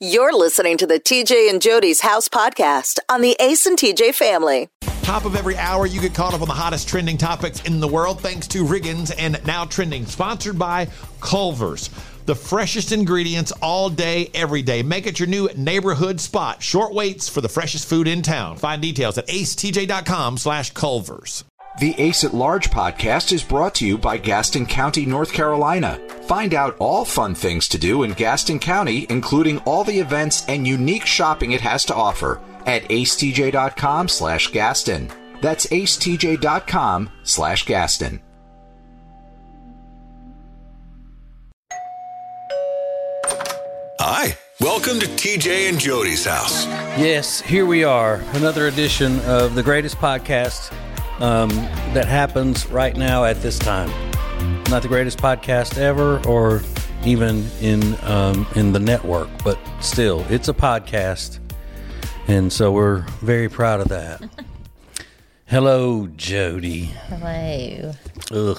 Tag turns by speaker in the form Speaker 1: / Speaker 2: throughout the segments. Speaker 1: You're listening to the TJ and Jody's House podcast on the Ace and TJ family.
Speaker 2: Top of every hour, you get caught up on the hottest trending topics in the world thanks to Riggins and Now Trending, sponsored by Culver's. The freshest ingredients all day, every day. Make it your new neighborhood spot. Short waits for the freshest food in town. Find details at acetj.com slash culvers.
Speaker 3: The Ace at Large podcast is brought to you by Gaston County, North Carolina. Find out all fun things to do in Gaston County, including all the events and unique shopping it has to offer at acetj.com slash Gaston. That's acetj.com slash Gaston.
Speaker 4: Hi, welcome to TJ and Jody's house.
Speaker 5: Yes, here we are, another edition of the greatest podcast um, that happens right now at this time. Not the greatest podcast ever, or even in um, in the network, but still, it's a podcast, and so we're very proud of that. Hello, Jody.
Speaker 6: Hello.
Speaker 5: Ugh,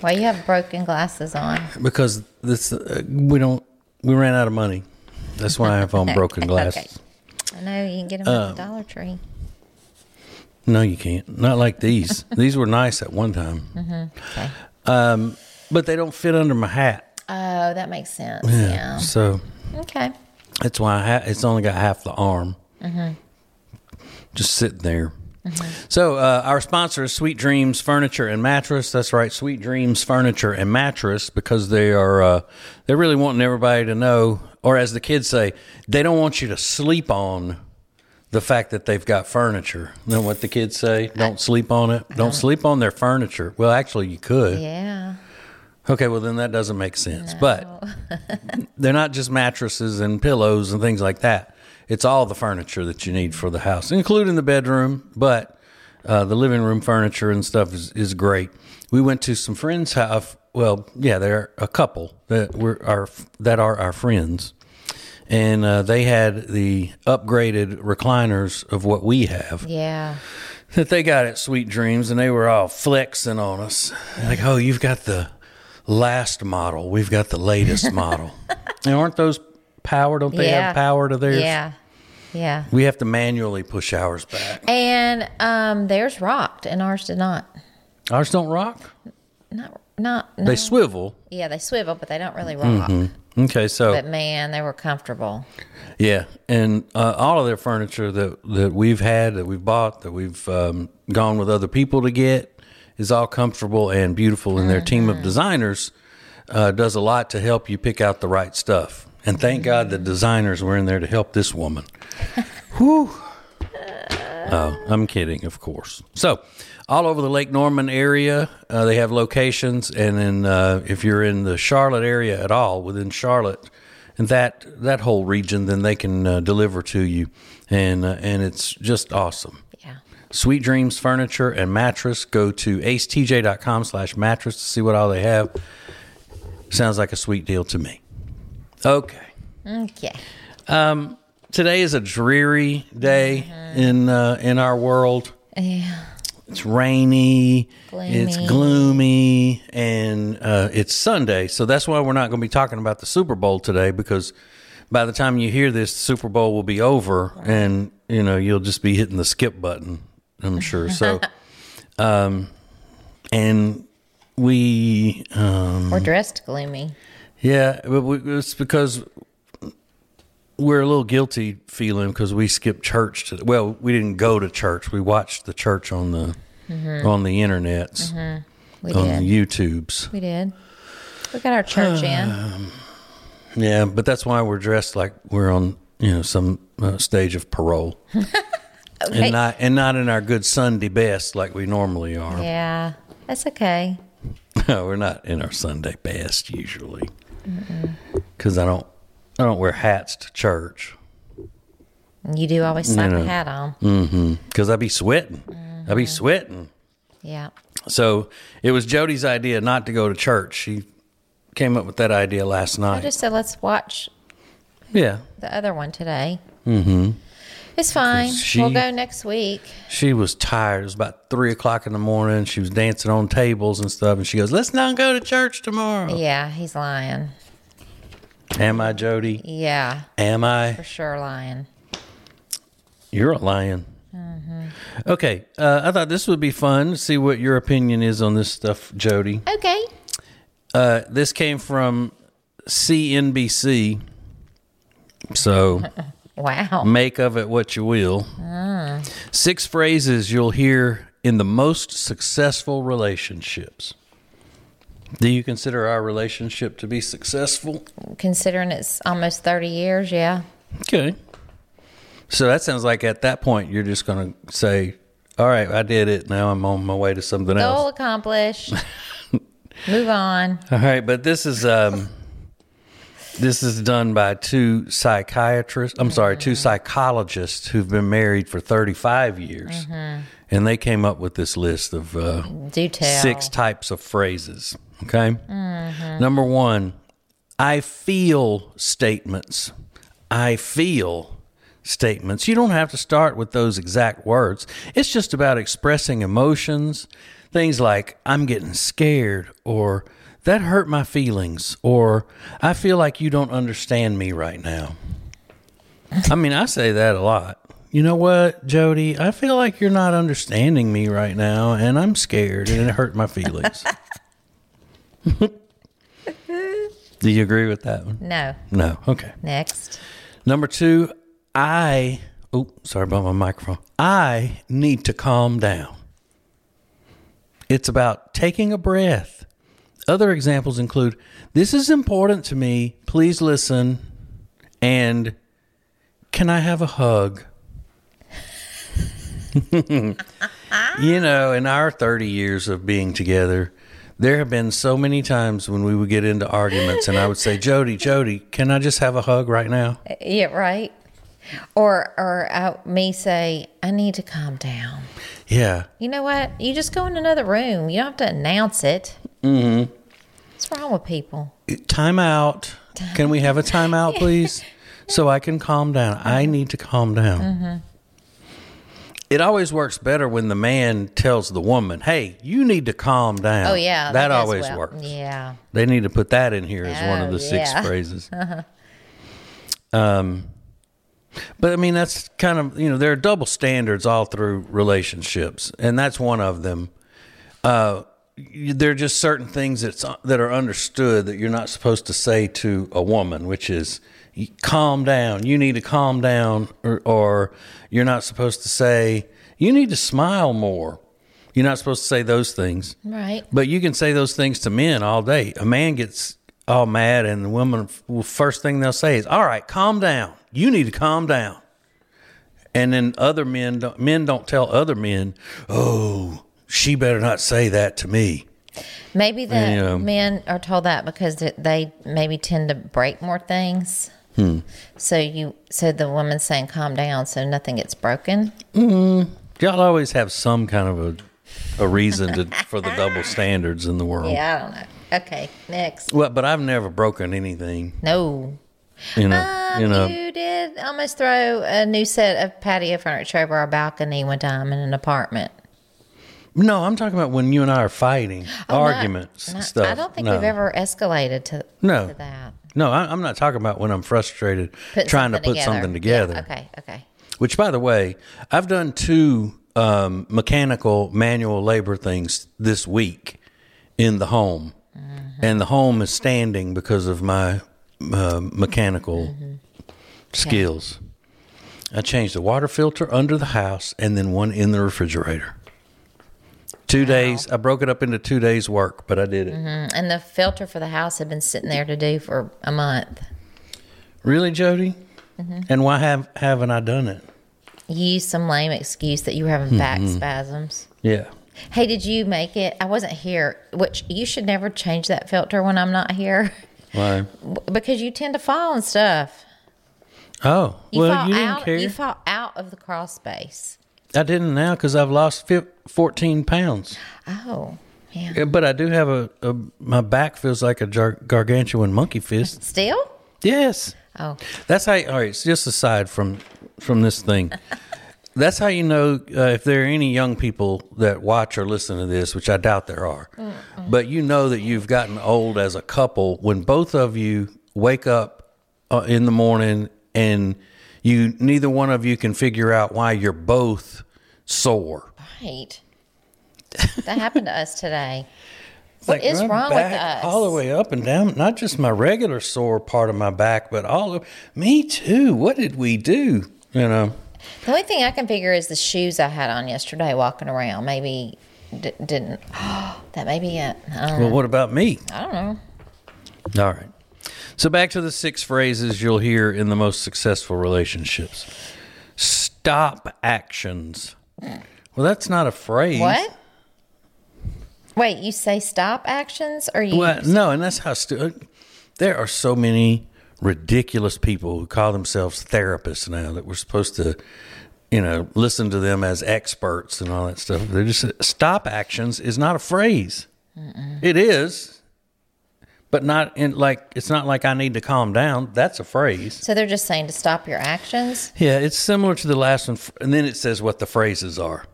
Speaker 6: Why you have broken glasses on?
Speaker 5: because this uh, we don't we ran out of money. That's why I have on broken
Speaker 6: Okay.
Speaker 5: glasses.
Speaker 6: I know you can get them
Speaker 5: Um,
Speaker 6: at the Dollar Tree.
Speaker 5: No, you can't. Not like these. these were nice at one time,
Speaker 6: Mm-hmm.
Speaker 5: Um,
Speaker 6: Okay.
Speaker 5: but they don't fit under my hat.
Speaker 6: Oh, that makes sense. Yeah.
Speaker 5: So
Speaker 6: Okay.
Speaker 5: That's why I ha- it's only got half the arm. Just sitting there. So, uh, our sponsor is Sweet Dreams Furniture and Mattress. That's right, Sweet Dreams Furniture and Mattress, because they are uh, they're really wanting everybody to know, or as the kids say, they don't want you to sleep on the fact that they've got furniture. You know what the kids say? Don't sleep on it. Don't sleep on their furniture. Well, actually, you could.
Speaker 6: Yeah.
Speaker 5: Okay, well then that doesn't make sense. But they're not just mattresses and pillows and things like that. It's all the furniture that you need for the house, including the bedroom. But uh, the living room furniture and stuff is, is great. We went to some friends' house. Well, yeah, they're a couple that were our that are our friends, and uh, they had the upgraded recliners of what we have
Speaker 6: Yeah.
Speaker 5: that they got at Sweet Dreams, and they were all flexing on us. Like, oh, you've got the last model. We've got the latest model. and aren't those power? Don't they
Speaker 6: yeah.
Speaker 5: have power to theirs?
Speaker 6: Yeah. Yeah.
Speaker 5: We have to manually push ours back.
Speaker 6: And um, theirs rocked, and ours did not.
Speaker 5: Ours don't rock.
Speaker 6: Not. Not. no.
Speaker 5: They Mm-hmm. swivel.
Speaker 6: yeah, they swivel, but they don't really rock.
Speaker 5: Okay, so
Speaker 6: But man, they were comfortable.
Speaker 5: Yeah, and uh, all of their furniture that that we've had, that we've bought, that we've um, gone with other people to get, is all comfortable and beautiful. And their team of designers uh, does a lot to help you pick out the right stuff. And thank God the designers were in there to help this woman. Whew. Oh, I'm kidding, of course. So, all over the Lake Norman area, uh, they have locations, and in uh, if you're in the Charlotte area at all, within Charlotte and that that whole region, then they can uh, deliver to you, and uh, and it's just awesome.
Speaker 6: Yeah.
Speaker 5: Sweet Dreams Furniture and Mattress. Go to acetj.com slash mattress to see what all they have. Sounds like a sweet deal to me. Okay.
Speaker 6: Okay.
Speaker 5: Today is a dreary day in uh, in our world.
Speaker 6: Yeah.
Speaker 5: It's rainy, it's
Speaker 6: Gloomy.
Speaker 5: gloomy, and uh, it's Sunday. So that's why we're not going to be talking about the Super Bowl today because by the time you hear this, the Super Bowl will be over and, you know, you'll just be hitting the skip button, I'm sure. So, um, and we, um,
Speaker 6: We're dressed gloomy.
Speaker 5: yeah, but we, it's because we're a little guilty feeling because we skipped church. To, well, we didn't go to church. We watched the church on the on the internets,
Speaker 6: We
Speaker 5: on
Speaker 6: did.
Speaker 5: the YouTubes.
Speaker 6: we did. We got our church in.
Speaker 5: Yeah, but that's why we're dressed like we're on you know some uh, stage of parole,
Speaker 6: Okay.
Speaker 5: and not and not in our good Sunday best like we normally are.
Speaker 6: yeah. That's okay.
Speaker 5: No, we're not in our Sunday best usually, because I don't I don't wear hats to church.
Speaker 6: You do always slap a hat on.
Speaker 5: because I'd be sweating. I'd
Speaker 6: Mm-hmm.
Speaker 5: be sweating.
Speaker 6: Yeah.
Speaker 5: So it was Jody's idea not to go to church. She came up with that idea last
Speaker 6: I
Speaker 5: night.
Speaker 6: just said let's watch
Speaker 5: yeah.
Speaker 6: the other one today. Mm-hmm. It's fine.
Speaker 5: she-
Speaker 6: we'll go next week.
Speaker 5: She was tired. It was about three o'clock in the morning. She was dancing on tables and stuff. And she goes, Let's not go to church tomorrow.
Speaker 6: Yeah, he's lying.
Speaker 5: Am I Jody?
Speaker 6: Yeah,
Speaker 5: Am I?
Speaker 6: for sure, lion.
Speaker 5: You're a lion. Okay, uh, I thought this would be fun. See what your opinion is on this stuff, Jody.
Speaker 6: Okay.
Speaker 5: Uh, this came from CNBC, so
Speaker 6: Wow.
Speaker 5: make of it what you will. Six phrases you'll hear in the most successful relationships. Do you consider our relationship to be successful?
Speaker 6: Considering it's almost 30 years, yeah.
Speaker 5: Okay. So that sounds like at that point you're just going to say, "All right, I did it. Now I'm on my way to something else."
Speaker 6: Goal accomplished. Move on.
Speaker 5: All right, but this is um this is done by two psychiatrists. I'm sorry, two psychologists who've been married for 35 years. And they came up with this list of uh,
Speaker 6: Do tell.
Speaker 5: six types of phrases, okay? Mm-hmm. Number 1, I feel statements. I feel statements. You don't have to start with those exact words. It's just about expressing emotions, things like I'm getting scared or that hurt my feelings or I feel like you don't understand me right now. I mean, I say that a lot. You know what, Jody? I feel like you're not understanding me right now and I'm scared and it hurt my feelings. Do you agree with that one?
Speaker 6: No.
Speaker 5: No. Okay.
Speaker 6: Next.
Speaker 5: Number two, I oh sorry about my microphone. I need to calm down. It's about taking a breath. Other examples include this is important to me. Please listen. And can I have a hug? you know, in our 30 years of being together, there have been so many times when we would get into arguments and I would say, Jody, Jody, can I just have a hug right now?
Speaker 6: Yeah, right. Or or uh, me say, I need to calm down.
Speaker 5: Yeah.
Speaker 6: You know what? You just go in another room. You don't have to announce it. Mm-hmm. What's wrong with people?
Speaker 5: Timeout. Can we have a timeout, please? so I can calm down. I
Speaker 6: Uh-huh.
Speaker 5: need to calm down. It always works better when the man tells the woman, hey, you need to calm down.
Speaker 6: Oh yeah,
Speaker 5: That,
Speaker 6: does
Speaker 5: always
Speaker 6: well.
Speaker 5: works.
Speaker 6: Yeah.
Speaker 5: They need to put that in here as one of
Speaker 6: Oh,
Speaker 5: the
Speaker 6: yeah.
Speaker 5: six phrases. Um, but I mean, that's kind of, you know, there are double standards all through relationships, and that's one of them. Uh, you- there are just certain things that's, uh, that are understood that you're not supposed to say to a woman, which is, "You- calm down, you need to calm down, or, or you're not supposed to say, you need to smile more. You're not supposed to say those things.
Speaker 6: Right.
Speaker 5: But you can say those things to men all day. A man gets all mad, and the woman, well, first thing they'll say is, "All right, calm down. You need to calm down." And then other men, don't, men don't tell other men, "Oh, she better not say that to me."
Speaker 6: Maybe the
Speaker 5: Yeah.
Speaker 6: men are told that because th- they maybe tend to break more things.
Speaker 5: Hmm.
Speaker 6: So you so the woman's saying calm down so nothing gets broken.
Speaker 5: Y'all always have some kind of a, a reason to, for the double standards in the world.
Speaker 6: Yeah, I don't know. Okay, next.
Speaker 5: Well, but I've never broken anything.
Speaker 6: No.
Speaker 5: You know.
Speaker 6: Um,
Speaker 5: Uh, you
Speaker 6: you,
Speaker 5: know.
Speaker 6: did almost throw a new set of patio furniture over our balcony one time in an apartment.
Speaker 5: no, I'm talking about when you and I are fighting,
Speaker 6: No,
Speaker 5: arguments,
Speaker 6: no,
Speaker 5: and stuff.
Speaker 6: Oh, I don't think
Speaker 5: No.
Speaker 6: we've ever escalated to,
Speaker 5: No.
Speaker 6: to that.
Speaker 5: No, I, I'm not talking about when I'm frustrated
Speaker 6: Putting
Speaker 5: trying to put something together.
Speaker 6: Yeah, okay, okay.
Speaker 5: Which, by the way, I've done two um, mechanical manual labor things this week in the home,
Speaker 6: Mm-hmm.
Speaker 5: and the home is standing because of my uh, mechanical
Speaker 6: Mm-hmm.
Speaker 5: skills. I changed the water filter under the house and then one in the refrigerator. Two days. I broke it up into two days' work, but I did it.
Speaker 6: And the filter for the house had been sitting there to do for a month.
Speaker 5: Really, Jody?
Speaker 6: Mm-hmm.
Speaker 5: And why have haven't I done it?
Speaker 6: You used some lame excuse that you were having back
Speaker 5: Mm-hmm.
Speaker 6: spasms.
Speaker 5: Yeah.
Speaker 6: Hey, did you make it? I wasn't here, which you should never change that filter when I'm not here
Speaker 5: Why?
Speaker 6: because you tend to fall and stuff.
Speaker 5: Oh,
Speaker 6: You
Speaker 5: well,
Speaker 6: fall
Speaker 5: you didn't
Speaker 6: out,
Speaker 5: care.
Speaker 6: You fall out of the crawl space.
Speaker 5: I didn't now because I've lost fif- 14 pounds.
Speaker 6: Oh, yeah.
Speaker 5: Yeah, But I do have a, a my back feels like a gar- gargantuan monkey fist.
Speaker 6: Still?
Speaker 5: Yes.
Speaker 6: Oh,
Speaker 5: That's how. All right. So just aside from from this thing, that's how you know uh, if there are any young people that watch or listen to this, which I doubt there are. But you know that you've gotten old as a couple when both of you wake up uh, in the morning, and you neither one of you can figure out why you're both sore.
Speaker 6: Right. that happened to us today. What is
Speaker 5: my
Speaker 6: wrong with
Speaker 5: back
Speaker 6: us?
Speaker 5: All the way up and down, not just my regular sore part of my back, but all of me too. What did we do? You know,
Speaker 6: The only thing I can figure is the shoes I had on yesterday walking around. Maybe d- didn't. that may be it. Uh, I don't know.
Speaker 5: well, what about me?
Speaker 6: I don't know.
Speaker 5: All right. So back to the six phrases you'll hear in the most successful relationships. Stop actions. Well, that's not a phrase.
Speaker 6: What? Wait, you say stop actions or you?
Speaker 5: Well, no, and that's how stu- there are so many ridiculous people who call themselves therapists now that we're supposed to, you know, listen to them as experts and all that stuff. They're just stop actions is not a phrase. It is, but not in like it's not like I need to calm down. That's a phrase.
Speaker 6: So they're just saying to stop your actions.
Speaker 5: Yeah, it's similar to the last one, f- and then it says what the phrases are.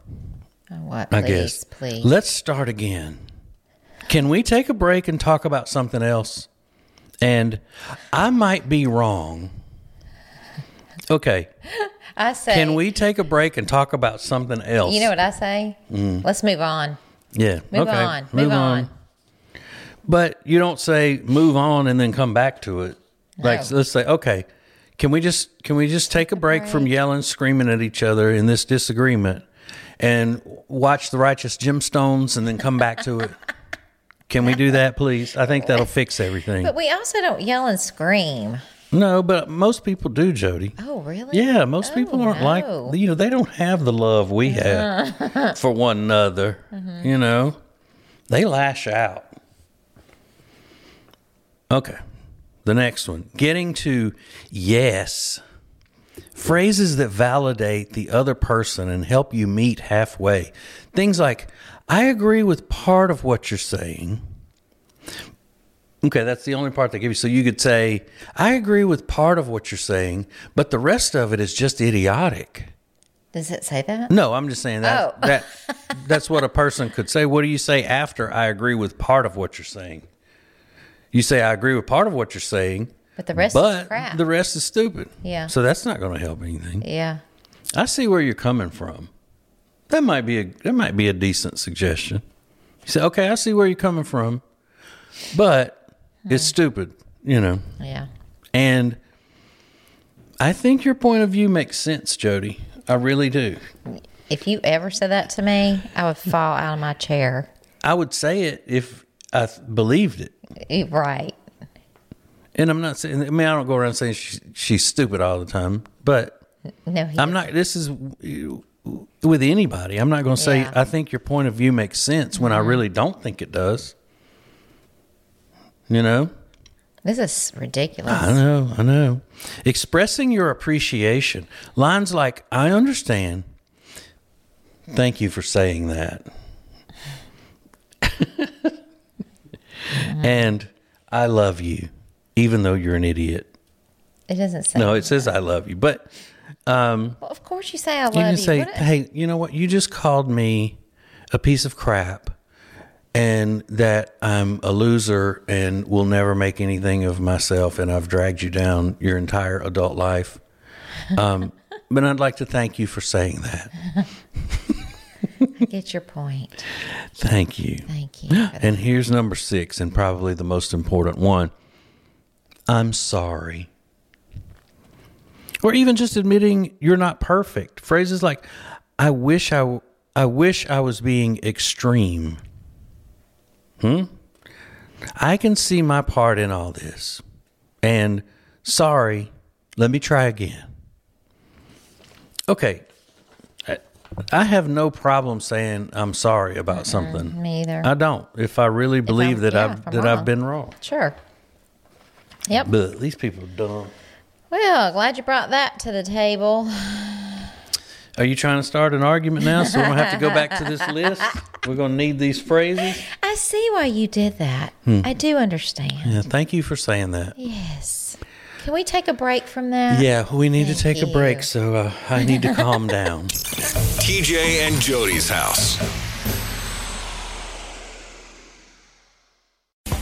Speaker 6: Oh, what?
Speaker 5: I
Speaker 6: Please,
Speaker 5: guess.
Speaker 6: please.
Speaker 5: Let's start again. Can we take a break and talk about something else? And I might be wrong. Okay.
Speaker 6: I say.
Speaker 5: Can we take a break and talk about something else?
Speaker 6: You know what I say? Let's move on.
Speaker 5: Yeah.
Speaker 6: Move
Speaker 5: Mm. okay.
Speaker 6: on. Move, on.
Speaker 5: But you don't say move on and then come back to it. Like
Speaker 6: No.
Speaker 5: let's say, okay, can we just can we just take a break from yelling, screaming at each other in this disagreement and watch the righteous gemstones and then come back to it? Can we do that, please? I think that'll fix everything.
Speaker 6: But we also don't yell and scream.
Speaker 5: No, but most people do, Jody.
Speaker 6: Oh, really?
Speaker 5: Yeah, most
Speaker 6: Oh,
Speaker 5: people aren't
Speaker 6: no. Uh-huh.
Speaker 5: like you know they don't have the love we have for one another.
Speaker 6: Mm-hmm.
Speaker 5: You know, they lash out. Okay, the next one, getting to yes, phrases that validate the other person and help you meet halfway. Things like, I agree with part of what you're saying. Okay, that's the only part they give you. So you could say, I agree with part of what you're saying, but the rest of it is just idiotic.
Speaker 6: Does it say that?
Speaker 5: No, I'm just saying that,
Speaker 6: Oh.
Speaker 5: that that's what a person could say. What do you say after I agree with part of what you're saying? You say I agree with part of what you're saying,
Speaker 6: But the rest
Speaker 5: but
Speaker 6: is crap.
Speaker 5: the rest is stupid.
Speaker 6: Yeah.
Speaker 5: So that's not going to help anything.
Speaker 6: yeah.
Speaker 5: I see where you're coming from. That might be a that might be a decent suggestion. You say, okay, I see where you're coming from, but it's stupid. You know.
Speaker 6: Yeah.
Speaker 5: And I think your point of view makes sense, Jody. I really do.
Speaker 6: If you ever said that to me, I would fall out of my chair.
Speaker 5: I would say it if I th- believed it.
Speaker 6: Eh, Right.
Speaker 5: And I'm not saying, I mean, I don't go around saying she, she's stupid all the time, but
Speaker 6: No, he
Speaker 5: I'm not, this is with anybody. I'm not going to say,
Speaker 6: Yeah.
Speaker 5: I think your point of view makes sense when I really don't think it does. You know?
Speaker 6: This is ridiculous.
Speaker 5: I know, I know. Expressing your appreciation. Lines like, I understand. Thank you for saying that. and I love you, even though you're an idiot.
Speaker 6: it doesn't say.
Speaker 5: No, it says I love you, but
Speaker 6: Well, of course you say I love
Speaker 5: you
Speaker 6: you.
Speaker 5: can say,
Speaker 6: What-
Speaker 5: hey, you know what? You just called me a piece of crap and that I'm a loser and will never make anything of myself. And I've dragged you down your entire adult life. Um, but I'd like to thank you for saying that.
Speaker 6: I get your point.
Speaker 5: Thank you.
Speaker 6: Thank you. for that.
Speaker 5: And here's number six, and probably the most important one I'm sorry. Or even just admitting you're not perfect. Phrases like, I wish I, w- I wish I was being extreme. Hmm? I can see my part in all this. And sorry, let me try again. Okay. I- I have no problem saying I'm sorry about something.
Speaker 6: Me either.
Speaker 5: I don't. If I really believe that
Speaker 6: yeah,
Speaker 5: I've
Speaker 6: if I'm
Speaker 5: that I've
Speaker 6: wrong.
Speaker 5: been wrong,
Speaker 6: sure. Yep.
Speaker 5: but these people are dumb.
Speaker 6: Well, glad you brought that to the table.
Speaker 5: Are you trying to start an argument now? So we're gonna have to go back to this list. We're gonna need these phrases.
Speaker 6: I see why you did that. I do understand.
Speaker 5: Hmm. Yeah, thank you for saying that.
Speaker 6: Yes. Can we take a break from that?
Speaker 5: Yeah, we need to
Speaker 6: Thank
Speaker 5: take a break,
Speaker 6: you.
Speaker 5: so uh, I need to calm down.
Speaker 4: TJ and Jody's house.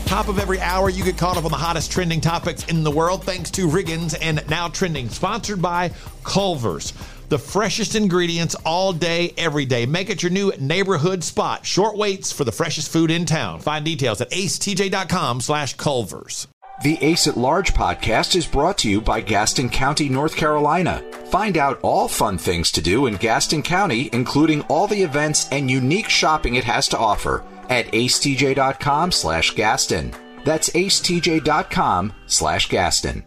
Speaker 2: top of every hour, you get caught up on the hottest trending topics in the world thanks to Riggins and Now Trending, sponsored by Culver's. The freshest ingredients all day, every day. Make it your new neighborhood spot. Short waits for the freshest food in town. Find details at acetj.com slash Culver's.
Speaker 3: The Ace at Large podcast is brought to you by Gaston County, North Carolina. Find out all fun things to do in Gaston County, including all the events and unique shopping it has to offer at acetj.com slash Gaston. That's acetj.com slash Gaston.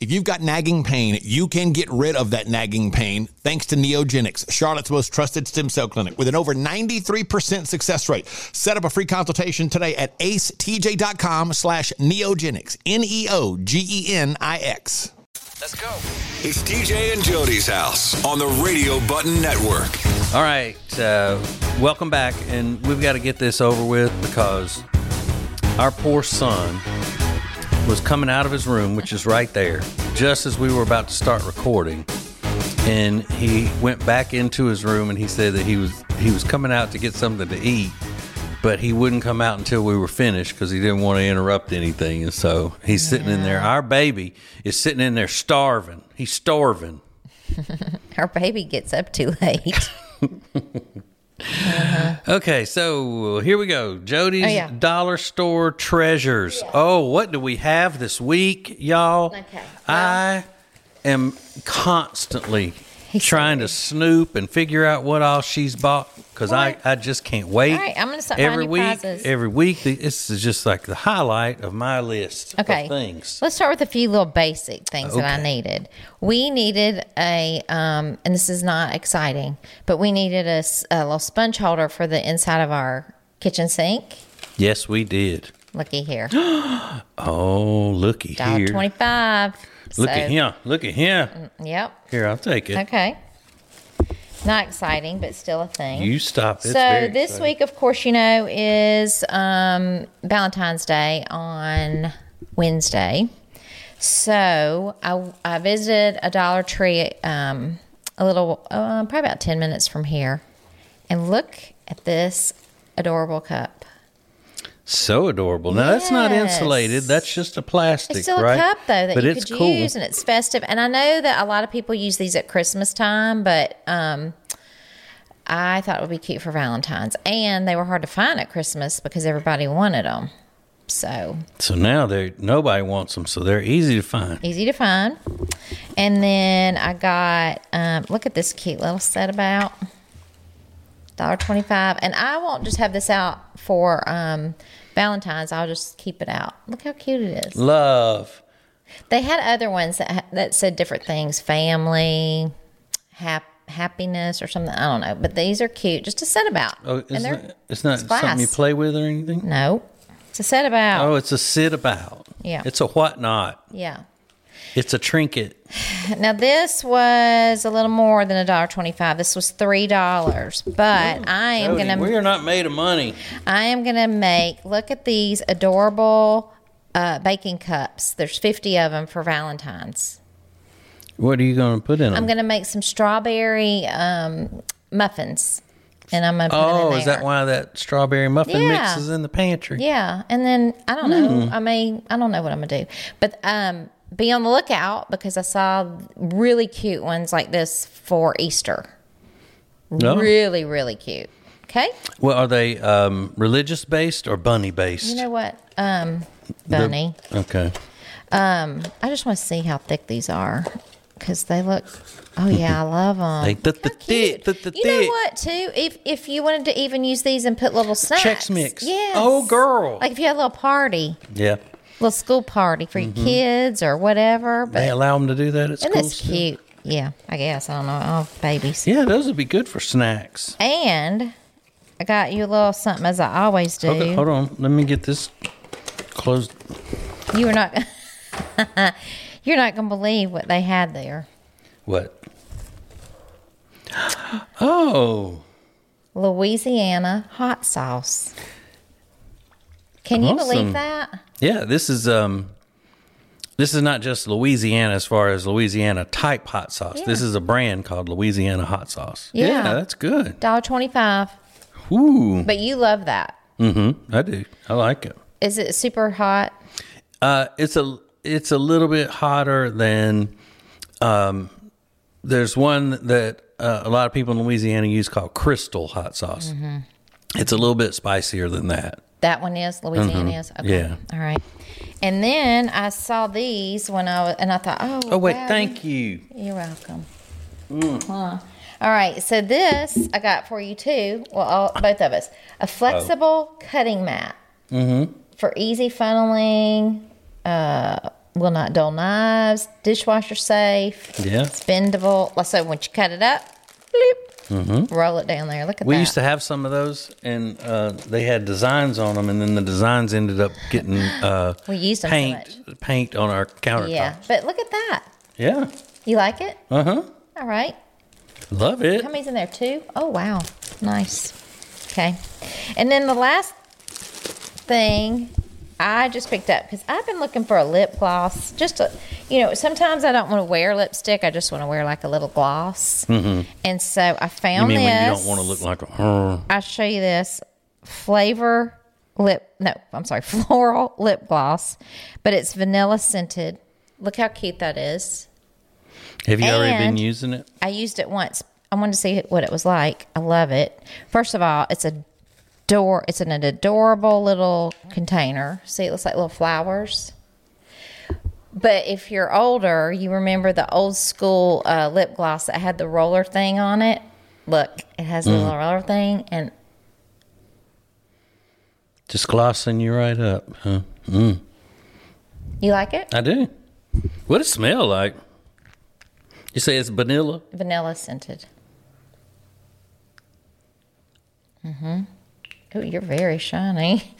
Speaker 7: If you've got nagging pain, you can get rid of that nagging pain thanks to Neogenics, Charlotte's most trusted stem cell clinic with an over 93% success rate. Set up a free consultation today at acetj.com slash neogenics, E N-E-O-G-E-N-I-X.
Speaker 4: Let's go. It's TJ and Jody's house on the Radio Button Network.
Speaker 5: All right, uh, welcome back, and we've got to get this over with because our poor son was coming out of his room, which is right there, just as we were about to start recording, and he went back into his room and he said that he was he was coming out to get something to eat, but he wouldn't come out until we were finished because he didn't want to interrupt anything, and so he's sitting in there. Our baby is sitting in there starving. He's starving.
Speaker 6: Her baby gets up too late.
Speaker 5: Okay, so here we go. Jody's
Speaker 6: Oh, yeah.
Speaker 5: dollar store treasures. Oh, what do we have this week, y'all?
Speaker 6: Okay.
Speaker 5: I am constantly trying to snoop and figure out what all she's bought because I,
Speaker 6: What?
Speaker 5: I just can't wait.
Speaker 6: All right, I'm gonna start buying
Speaker 5: every
Speaker 6: you
Speaker 5: week.
Speaker 6: prizes.
Speaker 5: Every week, th- this is just like the highlight of my list
Speaker 6: Okay.
Speaker 5: of things.
Speaker 6: Let's start with a few little basic things that I
Speaker 5: Okay.
Speaker 6: needed. We needed a, um, and this is not exciting, but we needed a, s- a little sponge holder for the inside of our kitchen sink.
Speaker 5: Yes, we did.
Speaker 6: Looky here,
Speaker 5: Oh, looky
Speaker 6: dollar
Speaker 5: here.
Speaker 6: twenty-five.
Speaker 5: Look
Speaker 6: So-
Speaker 5: at him. Look at him.
Speaker 6: Yep.
Speaker 5: Here, I'll take it.
Speaker 6: Okay. Not exciting, but still a thing.
Speaker 5: You stop. It's
Speaker 6: so
Speaker 5: very
Speaker 6: this
Speaker 5: exciting.
Speaker 6: week, of course, you know, is um, Valentine's Day on Wednesday. So I, I visited a Dollar Tree um, a little, uh, probably about 10 minutes from here. And look at this adorable cup.
Speaker 5: So adorable. Now that's not
Speaker 6: Yes.
Speaker 5: insulated. That's just a plastic,
Speaker 6: It's still
Speaker 5: right?
Speaker 6: a cup though that
Speaker 5: but
Speaker 6: you
Speaker 5: it's
Speaker 6: could
Speaker 5: cool.
Speaker 6: use, and it's festive. And I know that a lot of people use these at Christmas time, but um, I thought it would be cute for Valentine's, and they were hard to find at Christmas because everybody wanted them. So
Speaker 5: So now they nobody wants them, so they're easy to find.
Speaker 6: easy to find. And then I got um, look at this cute little set about dollar twenty five, and I won't just have this out for um, Valentine's. I'll just keep it out. Look how cute it is.
Speaker 5: Love.
Speaker 6: They had other ones that that said different things, family, hap, happiness, or something. I don't know, but these are cute. Just a set about.
Speaker 5: Oh, it's
Speaker 6: And they're-
Speaker 5: not, it's not
Speaker 6: it's
Speaker 5: something you
Speaker 6: glass.
Speaker 5: play with or anything.
Speaker 6: No, it's a set about.
Speaker 5: Oh, it's a sit about.
Speaker 6: Yeah.
Speaker 5: It's a whatnot.
Speaker 6: Yeah.
Speaker 5: It's a trinket.
Speaker 6: Now this was a little more than a dollar twenty-five. This was three dollars,
Speaker 5: Oh,
Speaker 6: but I am
Speaker 5: Jody,
Speaker 6: gonna
Speaker 5: we are not made of money.
Speaker 6: I am gonna make look at these adorable uh, baking cups. There's fifty of them for Valentine's.
Speaker 5: What are you going to put in them?
Speaker 6: I'm gonna make some strawberry um, muffins, and I'm gonna put it in
Speaker 5: oh,
Speaker 6: there.
Speaker 5: is that why that strawberry muffin
Speaker 6: Yeah.
Speaker 5: mix is in the pantry?
Speaker 6: Yeah, and then I don't
Speaker 5: Hmm.
Speaker 6: know. I mean, I don't know what I'm gonna do, but um, be on the lookout because I saw really cute ones like this for Easter.
Speaker 5: No.
Speaker 6: Really, really cute. Okay,
Speaker 5: Well, are they um, religious based or bunny based?
Speaker 6: you know what, um, Bunny?
Speaker 5: okay.
Speaker 6: I just want to see how thick these are because they look. Oh yeah, I love them.
Speaker 5: They th- th- thick, th- th-
Speaker 6: You know
Speaker 5: thick.
Speaker 6: what? Too, if if you wanted to even use these and put little snacks,
Speaker 5: Mix.
Speaker 6: Yes.
Speaker 5: Oh, girl.
Speaker 6: Like if you had a little party,
Speaker 5: Yeah.
Speaker 6: little school party for
Speaker 5: Mm-hmm.
Speaker 6: your kids or whatever. But
Speaker 5: They allow them to do that at
Speaker 6: and
Speaker 5: school.
Speaker 6: that's
Speaker 5: still?
Speaker 6: cute. Yeah, I guess I don't know. Oh, babies.
Speaker 5: Yeah, those would be good for snacks.
Speaker 6: And I got you a little something as I always do.
Speaker 5: Okay, hold on. Let me get this closed.
Speaker 6: You were not. You're not gonna believe what they had there.
Speaker 5: What? Oh,
Speaker 6: Louisiana hot sauce. Can you
Speaker 5: Awesome.
Speaker 6: believe that?
Speaker 5: yeah. This is um, this is not just Louisiana as far as Louisiana type hot sauce. This is a brand called Louisiana hot sauce.
Speaker 6: Yeah.
Speaker 5: that's good.
Speaker 6: Dollar twenty-five.
Speaker 5: Ooh,
Speaker 6: But you love that.
Speaker 5: Mm-hmm. I do. I like it.
Speaker 6: Is it super hot?
Speaker 5: Uh, it's a it's a little bit hotter than um, there's one that uh, a lot of people in Louisiana use called Crystal hot sauce.
Speaker 6: Mm-hmm.
Speaker 5: It's a little bit spicier than that.
Speaker 6: That one is Louisiana is. Okay.
Speaker 5: Mm-hmm. Yeah.
Speaker 6: All right. And then I saw these when I was, and I thought, oh,
Speaker 5: Oh wait,
Speaker 6: wow,
Speaker 5: thank Mm. you.
Speaker 6: You're welcome. Huh. All right, so this I got for you too. Well, all, both of us a
Speaker 5: Oh.
Speaker 6: flexible cutting mat
Speaker 5: Mm-hmm.
Speaker 6: for easy funneling. Uh, will not dull knives. Dishwasher safe.
Speaker 5: Yeah.
Speaker 6: It's bendable. Like, So when you cut it up, bloop, roll it down there. Look at
Speaker 5: Mm-hmm. We
Speaker 6: that.
Speaker 5: used to have some of those, and uh, they had designs on them, and then the designs ended up getting uh,
Speaker 6: We used them so
Speaker 5: paint paint on our countertops.
Speaker 6: yeah,
Speaker 5: Yeah,
Speaker 6: but look at that. You like it?
Speaker 5: uh huh.
Speaker 6: All right.
Speaker 5: Love it.
Speaker 6: How many's in there? Two? Oh, wow. Nice. Okay. And then the last thing I just picked up because I've been looking for a lip gloss. Just, a, you know, sometimes I don't want to wear lipstick. I just want to wear like a little gloss. And so I
Speaker 5: Mm-hmm. You
Speaker 6: found
Speaker 5: mean
Speaker 6: this.
Speaker 5: when you don't want to look like a?
Speaker 6: I'll show you this flavor lip. No, I'm sorry, floral lip gloss, but it's vanilla scented. Look how cute that is.
Speaker 5: Have you already been
Speaker 6: And-
Speaker 5: using it?
Speaker 6: I used it once. I wanted to see what it was like. I love it. First of all, it's a door. It's in an adorable little container. See, it looks like little flowers. But if you're older, you remember the old school uh, lip gloss that had the roller thing on it. Look, it has the little roller thing, and
Speaker 5: Just glossing you right up, huh?
Speaker 6: you like it?
Speaker 5: I do. What it smell like? You say it's vanilla.
Speaker 6: Vanilla scented. Mm-hmm. Oh, you're very shiny.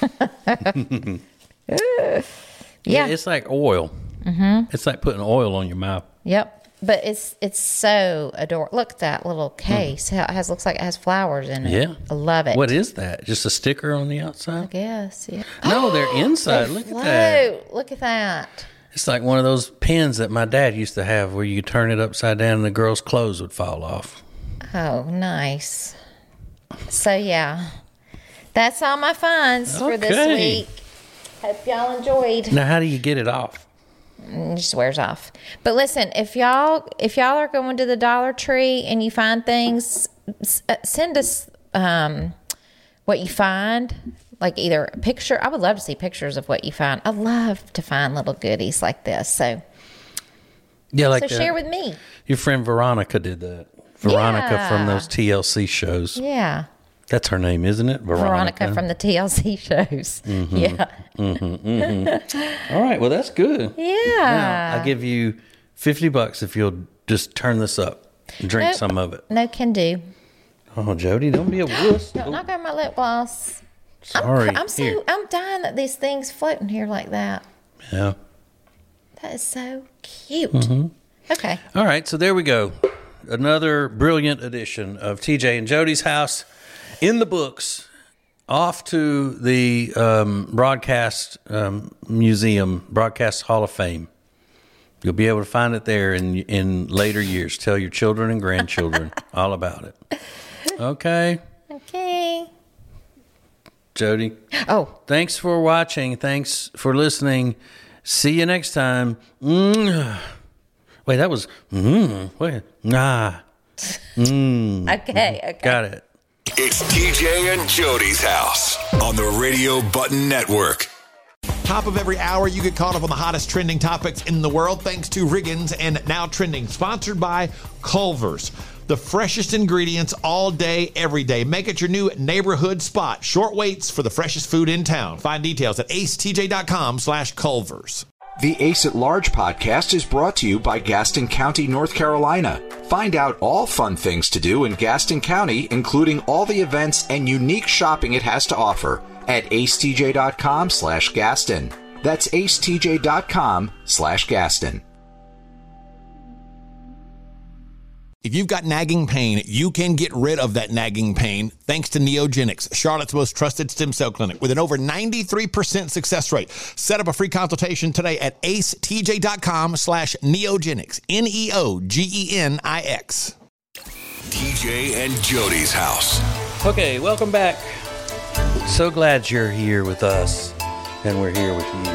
Speaker 6: yeah.
Speaker 5: it's like oil. Mm-hmm. It's like putting oil on your mouth.
Speaker 6: yep. But it's it's so adorable. Look at that little case. How It has looks like it has flowers in it.
Speaker 5: Hmm. Yeah,
Speaker 6: I love it.
Speaker 5: What is that? Just a sticker on the
Speaker 6: I
Speaker 5: outside?
Speaker 6: guess. Yeah.
Speaker 5: No, they're inside.
Speaker 6: They
Speaker 5: Look at
Speaker 6: float.
Speaker 5: that.
Speaker 6: Look at that.
Speaker 5: It's like one of those pins that my dad used to have where you turn it upside down and the girl's clothes would fall off.
Speaker 6: Oh, nice. So yeah, that's all my finds for this
Speaker 5: Okay.
Speaker 6: week. Hope y'all enjoyed.
Speaker 5: Now, how do you get it off?
Speaker 6: it just wears off. But listen, if y'all if y'all are going to the Dollar Tree and you find things, s- uh, send us um, what you find, like either a picture. I would love to see pictures of what you find. I love to find little goodies like this. So
Speaker 5: Yeah, like
Speaker 6: so
Speaker 5: that.
Speaker 6: share with me.
Speaker 5: your friend Veronica did that. Veronica from
Speaker 6: Yeah.
Speaker 5: those TLC shows.
Speaker 6: Yeah,
Speaker 5: That's her name, isn't it?
Speaker 6: Veronica, from the TLC shows.
Speaker 5: Mm-hmm.
Speaker 6: Yeah,
Speaker 5: All right, well, that's good.
Speaker 6: yeah.
Speaker 5: Now, I give you 50 bucks if you'll just turn this up and drink
Speaker 6: Nope.
Speaker 5: some of it.
Speaker 6: no can do.
Speaker 5: Oh, Jody, don't be a wuss.
Speaker 6: Don't knock on my lip gloss.
Speaker 5: Sorry.
Speaker 6: I'm so
Speaker 5: Here.
Speaker 6: I'm dying that these things floating here like that.
Speaker 5: Yeah.
Speaker 6: That is so cute.
Speaker 5: Mm-hmm.
Speaker 6: Okay.
Speaker 5: All right, so there we go. Another brilliant edition of TJ and Jody's house in the books, off to the um, Broadcast um, Museum, Broadcast Hall of Fame. You'll be able to find it there in in later years. Tell your children and grandchildren all about it. Okay,
Speaker 6: Okay.
Speaker 5: Jody.
Speaker 6: Oh,
Speaker 5: Thanks for watching. Thanks for listening. See you next time. Mm. Wait, that was mm. Wait, nah.
Speaker 6: okay, okay.
Speaker 5: Got it.
Speaker 4: It's TJ and Jody's house on the Radio Button Network.
Speaker 2: Top of every hour, you get caught up on the hottest trending topics in the world thanks to Riggins and Now Trending, sponsored by Culver's. The freshest ingredients all day, every day. Make it your new neighborhood spot. Short waits for the freshest food in town. Find details at acetj.com slash Culver's.
Speaker 3: The Ace at Large podcast is brought to you by Gaston County, North Carolina. Find out all fun things to do in Gaston County, including all the events and unique shopping it has to offer at acetj.com slash Gaston. That's acetj.com slash Gaston.
Speaker 7: If you've got nagging pain, you can get rid of that nagging pain thanks to Neogenics, Charlotte's most trusted stem cell clinic with an over 93% success rate. Set up a free consultation today at acetj.com slash neogenics, E N-E-O-G-E-N-I-X.
Speaker 4: TJ and Jody's house.
Speaker 5: Okay, welcome back So glad you're here with us and we're here with you.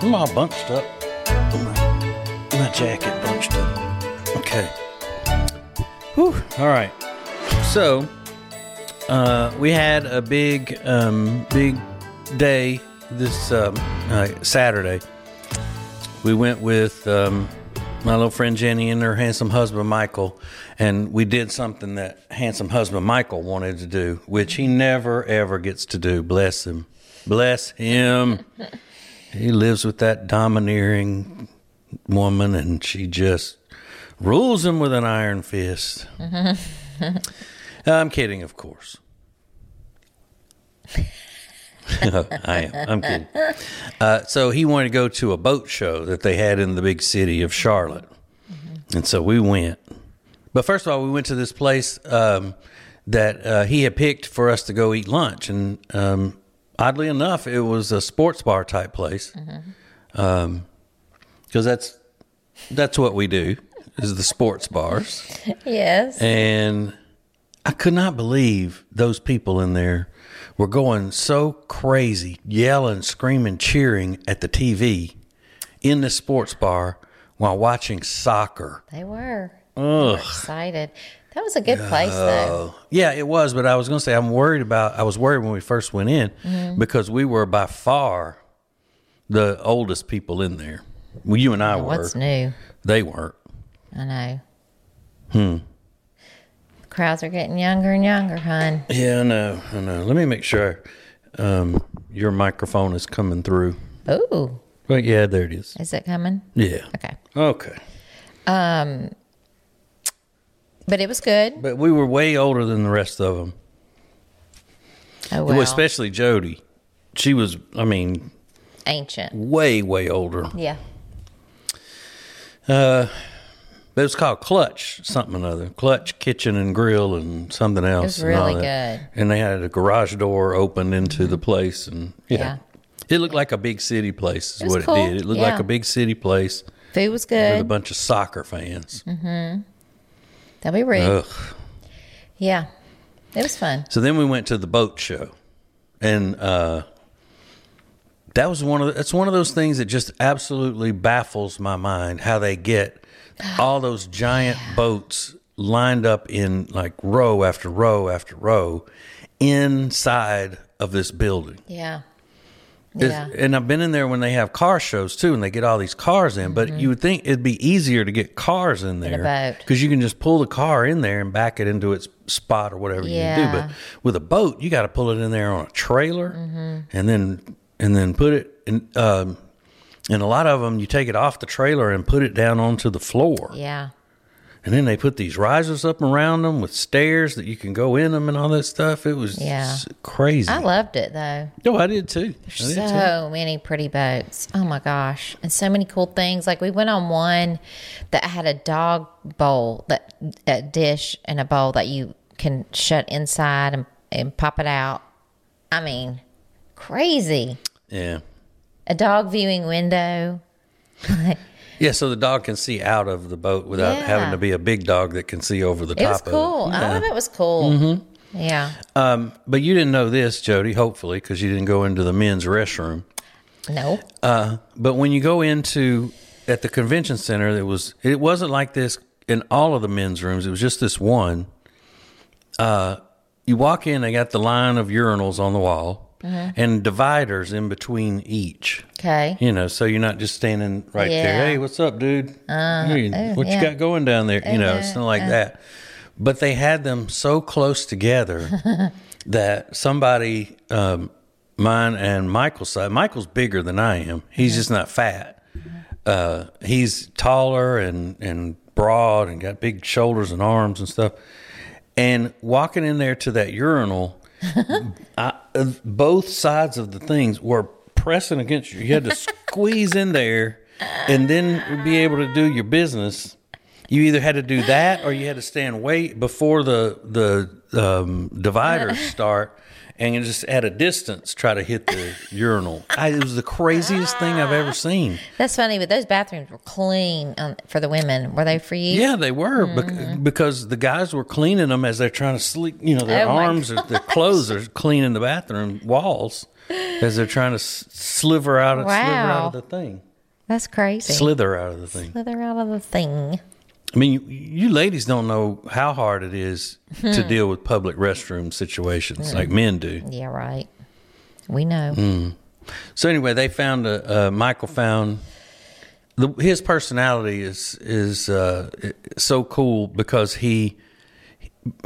Speaker 5: I'm all bunched up. My, my jacket bunched up. Okay. Whew. All right. So, uh, we had a big, um, big day this um, uh, Saturday. We went with um, my little friend Jenny and her handsome husband Michael, and we did something that handsome husband Michael wanted to do, which he never ever gets to do. Bless him. Bless him. he lives with that domineering woman, and she just rules him with an iron fist. I'm kidding, of course. I am. I'm kidding. Uh, so he wanted to go to a boat show that they had in the big city of Charlotte, and so we went. But first of all, we went to this place um, that uh, he had picked for us to go eat lunch, and um, oddly enough, it was a sports bar type place, because that's that's what we do is the sports bars.
Speaker 6: Yes.
Speaker 5: And I could not believe those people in there were going so crazy, yelling, screaming, cheering at the TV in the sports bar while watching soccer.
Speaker 6: They were. They were excited. That was a good place, though.
Speaker 5: Yeah, it was, but I was going to say I'm worried about I was worried when we first went in because we were by far the oldest people in there. Well, you and I were.
Speaker 6: What's new?
Speaker 5: They weren't.
Speaker 6: I know. Hmm. Crowds are getting younger and younger, hon.
Speaker 5: Yeah, I know. I know. Let me make sure um, your microphone is coming through.
Speaker 6: Ooh,
Speaker 5: But yeah, there it is.
Speaker 6: is it coming?
Speaker 5: Yeah.
Speaker 6: Okay.
Speaker 5: Okay.
Speaker 6: But it was good.
Speaker 5: But we were way older than the rest of them. Well,
Speaker 6: Oh, well.
Speaker 5: especially Jody. She was, I mean,
Speaker 6: Ancient.
Speaker 5: way, way older.
Speaker 6: Yeah.
Speaker 5: But it was called Clutch, something or another. Clutch Kitchen and Grill and something else.
Speaker 6: was
Speaker 5: and all
Speaker 6: really
Speaker 5: that.
Speaker 6: good.
Speaker 5: And they had a garage door open into the place. And yeah.
Speaker 6: Yeah.
Speaker 5: It looked like a big city place, is
Speaker 6: It was
Speaker 5: what
Speaker 6: cool.
Speaker 5: it did. It looked like
Speaker 6: Yeah.
Speaker 5: a big city place
Speaker 6: Food was
Speaker 5: with a
Speaker 6: good.
Speaker 5: bunch of soccer fans.
Speaker 6: That'd be rude.
Speaker 5: Ugh.
Speaker 6: Yeah. It was fun.
Speaker 5: So then we went to the boat show, and uh, that was one of the, that's one of those things that just absolutely baffles my mind how they get all those giant boats lined up in like row after row after row inside of this building.
Speaker 6: Yeah.
Speaker 5: It's-
Speaker 6: Yeah.
Speaker 5: And I've been in there when they have car shows too, and they get all these cars in. But you would think it'd be easier to get cars in
Speaker 6: Mm-hmm. a
Speaker 5: there
Speaker 6: boat.
Speaker 5: because you can just pull the car in there and back it into its spot or whatever you need to do.
Speaker 6: Yeah.
Speaker 5: But with a boat, you got to pull it in there on a trailer
Speaker 6: Mm-hmm.
Speaker 5: and then and then put it in. Um, and a lot of them, you take it off the trailer and put it down onto the floor.
Speaker 6: Yeah.
Speaker 5: And then they put these risers up around them with stairs that you can go in them and all that stuff. It was
Speaker 6: Yeah.
Speaker 5: s- crazy.
Speaker 6: I loved it, though.
Speaker 5: no, I did too. I did too.
Speaker 6: So many pretty boats. Oh my gosh. And so many cool things. Like we went on one that had a dog bowl, that a dish and a bowl that you can shut inside and, and pop it out. I mean, crazy.
Speaker 5: Yeah.
Speaker 6: A dog viewing window.
Speaker 5: Yeah, so the dog can see out of the boat without
Speaker 6: Yeah.
Speaker 5: having to be a big dog that can see over the
Speaker 6: It was
Speaker 5: top
Speaker 6: cool.
Speaker 5: of it. Mm-hmm.
Speaker 6: All of it was cool. Yeah.
Speaker 5: But you didn't know this, Jody, hopefully, because you didn't go into the men's restroom.
Speaker 6: Nope.
Speaker 5: But when you go into at the convention center, it was it wasn't like this in all of the men's rooms. It was just this one. Uh, you walk in, they got the line of urinals on the wall
Speaker 6: Mm-hmm.
Speaker 5: and dividers in between each.
Speaker 6: Okay.
Speaker 5: You know, so you're not just standing right
Speaker 6: Yeah. Uh,
Speaker 5: there. Hey, what's up, dude? Hey, what
Speaker 6: yeah. Uh-huh.
Speaker 5: you got going down there? You know, it's not like that. But they had them so close together that somebody, um, mine and Michael's side, Michael's bigger than I am. He's
Speaker 6: Uh-huh.
Speaker 5: just not fat. Uh, he's taller and, and broad and got big shoulders and arms and stuff. And walking in there to that urinal, uh, both sides of the things were pressing against you. You had to squeeze in there and then be able to do your business. You either had to do that or you had to stand wait before the the um, dividers start and you just at a distance try to hit the urinal. I, it was the craziest thing I've ever seen.
Speaker 6: That's funny, but those bathrooms were clean um, for the women. Were they for you?
Speaker 5: Yeah, they were bec-
Speaker 6: Mm-hmm.
Speaker 5: because the guys were cleaning them as they're trying to sleep. You know, their
Speaker 6: Oh my
Speaker 5: arms or their clothes are cleaning the bathroom walls as they're trying to s- sliver out of sliver out of
Speaker 6: Wow.
Speaker 5: the thing,
Speaker 6: That's crazy.
Speaker 5: slither out of the thing.
Speaker 6: Slither out of the thing.
Speaker 5: I mean, you, you ladies don't know how hard it is to
Speaker 6: Hmm.
Speaker 5: deal with public restroom situations like men do.
Speaker 6: Yeah, right. We know.
Speaker 5: So anyway, they found a, uh, Michael found the, his personality is is uh, so cool because he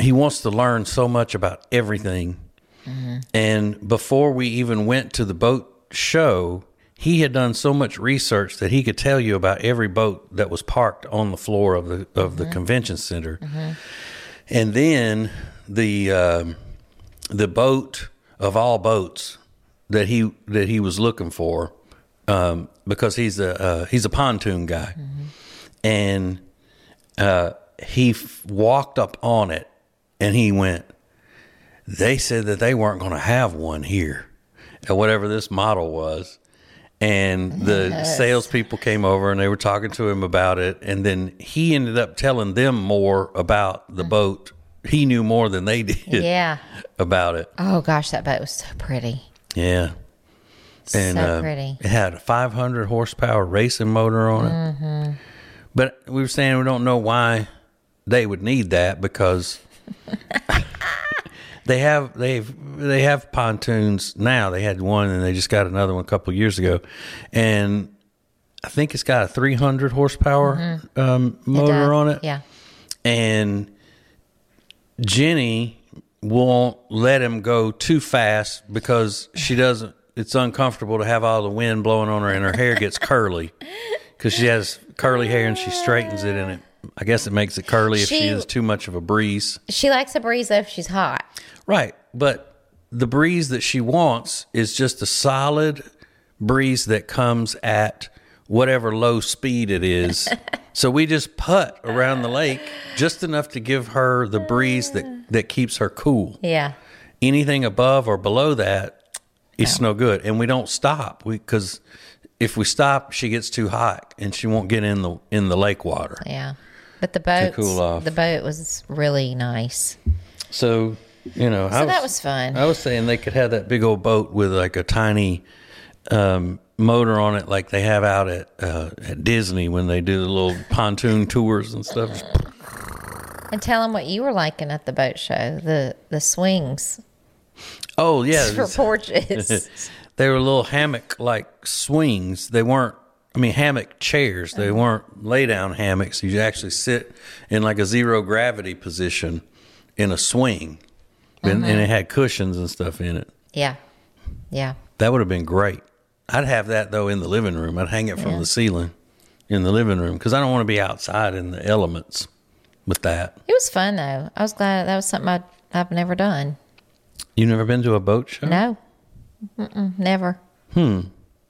Speaker 5: he wants to learn so much about everything. And before we even went to the boat show, he had done so much research that he could tell you about every boat that was parked on the floor of the of the convention center. And then the um, the boat of all boats that he that he was looking for um, because he's a uh, he's a pontoon guy and uh, he f- walked up on it and he went they said that they weren't going to have one here at whatever this model was and the salespeople came over and they were talking to him about it and then he ended up telling them more about the boat he knew more than they did
Speaker 6: Yeah.
Speaker 5: about it
Speaker 6: Oh gosh, that boat was so pretty.
Speaker 5: yeah. And
Speaker 6: so
Speaker 5: uh,
Speaker 6: pretty.
Speaker 5: it had a 500 horsepower racing motor on it. But we were saying we don't know why they would need that because they have they've they have pontoons now. They had one and they just got another one a couple years ago, and I think it's got a 300 horsepower um, motor
Speaker 6: Duh.
Speaker 5: on it
Speaker 6: Yeah.
Speaker 5: and Jenny won't let him go too fast because she doesn't. It's uncomfortable to have all the wind blowing on her, and her hair gets curly because she has curly hair and she straightens it, and it. I guess it makes it curly if she
Speaker 6: She-
Speaker 5: is too much of a breeze.
Speaker 6: She likes a breeze though if she's hot.
Speaker 5: Right. But the breeze that she wants is just a solid breeze that comes at whatever low speed it is. so we just putt around the lake just enough to give her the breeze that, that keeps her cool.
Speaker 6: Yeah.
Speaker 5: Anything above or below that, it's no good. And we don't stop because if we stop, she gets too hot and she won't get in the in the lake water.
Speaker 6: Yeah. But the boat
Speaker 5: cool off.
Speaker 6: the boat was really nice.
Speaker 5: So you know, I
Speaker 6: So that was fun.
Speaker 5: I was Oh. saying they could have that big old boat with like a tiny um, motor on it, like they have out at uh, at Disney when they do the little pontoon tours and stuff.
Speaker 6: And tell them what you were liking at the boat show. The the swings
Speaker 5: Oh yeah,
Speaker 6: for porches.
Speaker 5: they were little hammock like swings. They weren't. I mean, hammock chairs. They weren't lay down hammocks. You actually sit in like a zero gravity position in a swing, and, and it had cushions and stuff in it.
Speaker 6: yeah. Yeah.
Speaker 5: That would have been great. I'd have that though in the living room. I'd hang it from the ceiling in the living room because I don't want to be outside in the elements with that.
Speaker 6: It was fun though. I was glad that was something I'd, I've never done.
Speaker 5: You never been to a boat show?
Speaker 6: No. Mm-mm, never. Hmm.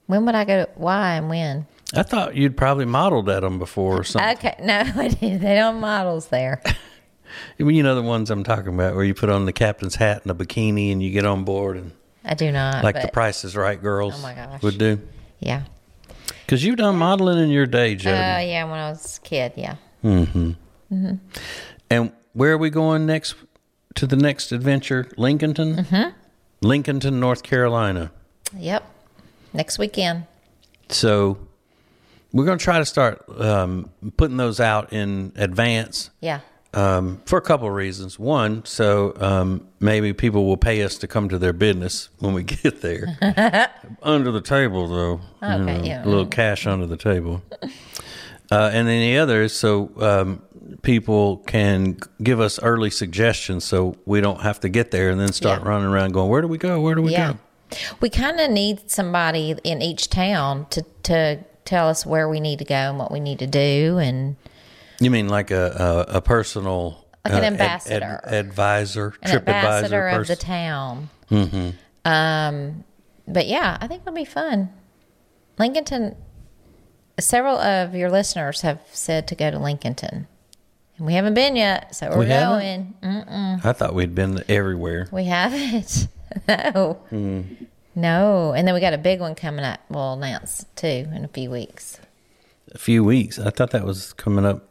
Speaker 6: When would I go? To, why and when?
Speaker 5: I thought you'd probably modeled at them before or something.
Speaker 6: Okay. No, I didn't. They don't models there.
Speaker 5: I mean, you know the ones I'm talking about where you put on the captain's hat and a bikini and you get on board and
Speaker 6: I do not.
Speaker 5: like
Speaker 6: but,
Speaker 5: the Price is Right girls
Speaker 6: Oh my gosh.
Speaker 5: would do.
Speaker 6: Yeah.
Speaker 5: Because you've done modeling in your day, Jody.
Speaker 6: Oh, yeah. When I was a kid. Yeah.
Speaker 5: and where are we going next to the next adventure? Lincolnton? Mm-hmm. Lincolnton, North Carolina.
Speaker 6: Yep. Next weekend.
Speaker 5: So we're going to try to start um, putting those out in advance
Speaker 6: Yeah.
Speaker 5: um, for a couple of reasons. One, so um, maybe people will pay us to come to their business when we get there. under the table, though. you
Speaker 6: Okay,
Speaker 5: know,
Speaker 6: yeah.
Speaker 5: A little cash under the table. Uh, and then the other is so um, people can give us early suggestions so we don't have to get there and then start
Speaker 6: Yeah.
Speaker 5: running around going, where do we go? Where do we
Speaker 6: Yeah.
Speaker 5: go?
Speaker 6: We kind of need somebody in each town to, to tell us where we need to go and what we need to do. And
Speaker 5: You mean like a a, a personal uh,
Speaker 6: Like
Speaker 5: ad-
Speaker 6: an
Speaker 5: ad-
Speaker 6: ambassador.
Speaker 5: advisor,
Speaker 6: an
Speaker 5: trip
Speaker 6: ambassador
Speaker 5: advisor
Speaker 6: of the
Speaker 5: person? Mm-hmm.
Speaker 6: town. Um, but yeah, I think it'll be fun. Lincolnton. Several of your listeners have said to go to Lincolnton, and we haven't been yet, so we're
Speaker 5: We haven't?
Speaker 6: going.
Speaker 5: I thought we'd been everywhere.
Speaker 6: We haven't. no.
Speaker 5: Mm.
Speaker 6: No. And then we got a big one coming up. We'll announce too in a few weeks.
Speaker 5: A few weeks. I thought that was coming up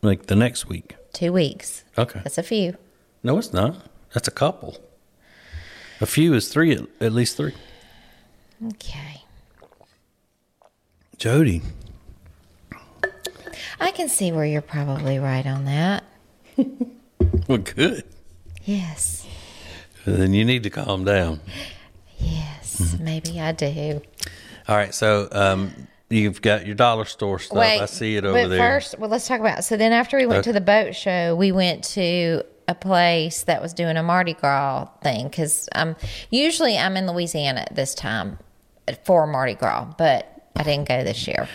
Speaker 5: like the next week.
Speaker 6: Two weeks.
Speaker 5: Okay.
Speaker 6: That's a few.
Speaker 5: No, it's not. That's a couple. A few is three, at, at least three.
Speaker 6: Okay.
Speaker 5: Jody.
Speaker 6: I can see where you're probably right on that.
Speaker 5: Well, good.
Speaker 6: Yes.
Speaker 5: Then you need to calm down.
Speaker 6: Yes.
Speaker 5: Mm-hmm.
Speaker 6: Maybe I do.
Speaker 5: All right. So um, you've got your dollar store stuff. I see it over
Speaker 6: but
Speaker 5: there. Uh,
Speaker 6: First, well, let's talk about. So then, after we went
Speaker 5: Okay.
Speaker 6: to the boat show, we went to a place that was doing a Mardi Gras thing because um, usually I'm in Louisiana at this time for Mardi Gras, but I didn't go this year,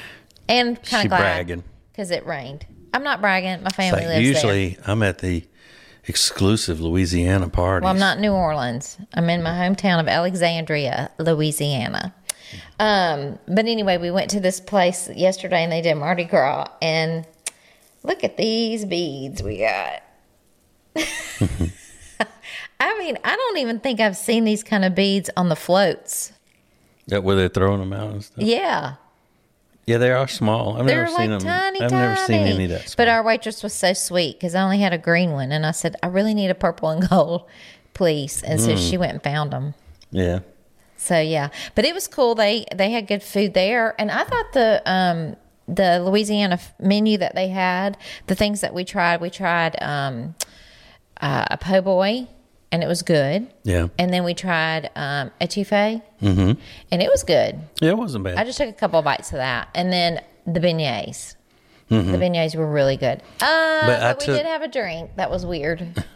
Speaker 6: and kind
Speaker 5: She
Speaker 6: of glad
Speaker 5: bragging.
Speaker 6: because it rained. I'm not bragging. My
Speaker 5: It's
Speaker 6: family
Speaker 5: like,
Speaker 6: lives there.
Speaker 5: usually I'm at the exclusive Louisiana party.
Speaker 6: Well, I'm not in New Orleans. I'm in my hometown of Alexandria, Louisiana. Um, but anyway, we went to this place yesterday and they did Mardi Gras. And look at these beads we got. I mean, I don't even think I've seen these kind of beads on the floats.
Speaker 5: That where they're throwing them out and stuff.
Speaker 6: Yeah.
Speaker 5: Yeah, they are small. I've
Speaker 6: They're
Speaker 5: never
Speaker 6: like
Speaker 5: seen them.
Speaker 6: tiny,
Speaker 5: I've
Speaker 6: tiny.
Speaker 5: never seen any of that.
Speaker 6: But
Speaker 5: small.
Speaker 6: our waitress was so sweet because I only had a green one. And I said, I really need a purple and gold, please. And
Speaker 5: Hmm.
Speaker 6: so she went and found them.
Speaker 5: yeah.
Speaker 6: So yeah, but it was cool. They they had good food there, and I thought the um the Louisiana f- menu that they had, the things that we tried, we tried um uh, a po' boy, and it was good.
Speaker 5: Yeah.
Speaker 6: And then we tried um, etouffee, mm-hmm. and it was good.
Speaker 5: Yeah, it wasn't bad.
Speaker 6: I just took a couple of bites of that, and then the beignets. The beignets were really good. Uh,
Speaker 5: Mm-hmm. But
Speaker 6: but
Speaker 5: I
Speaker 6: we
Speaker 5: took-
Speaker 6: did have a drink. That was weird.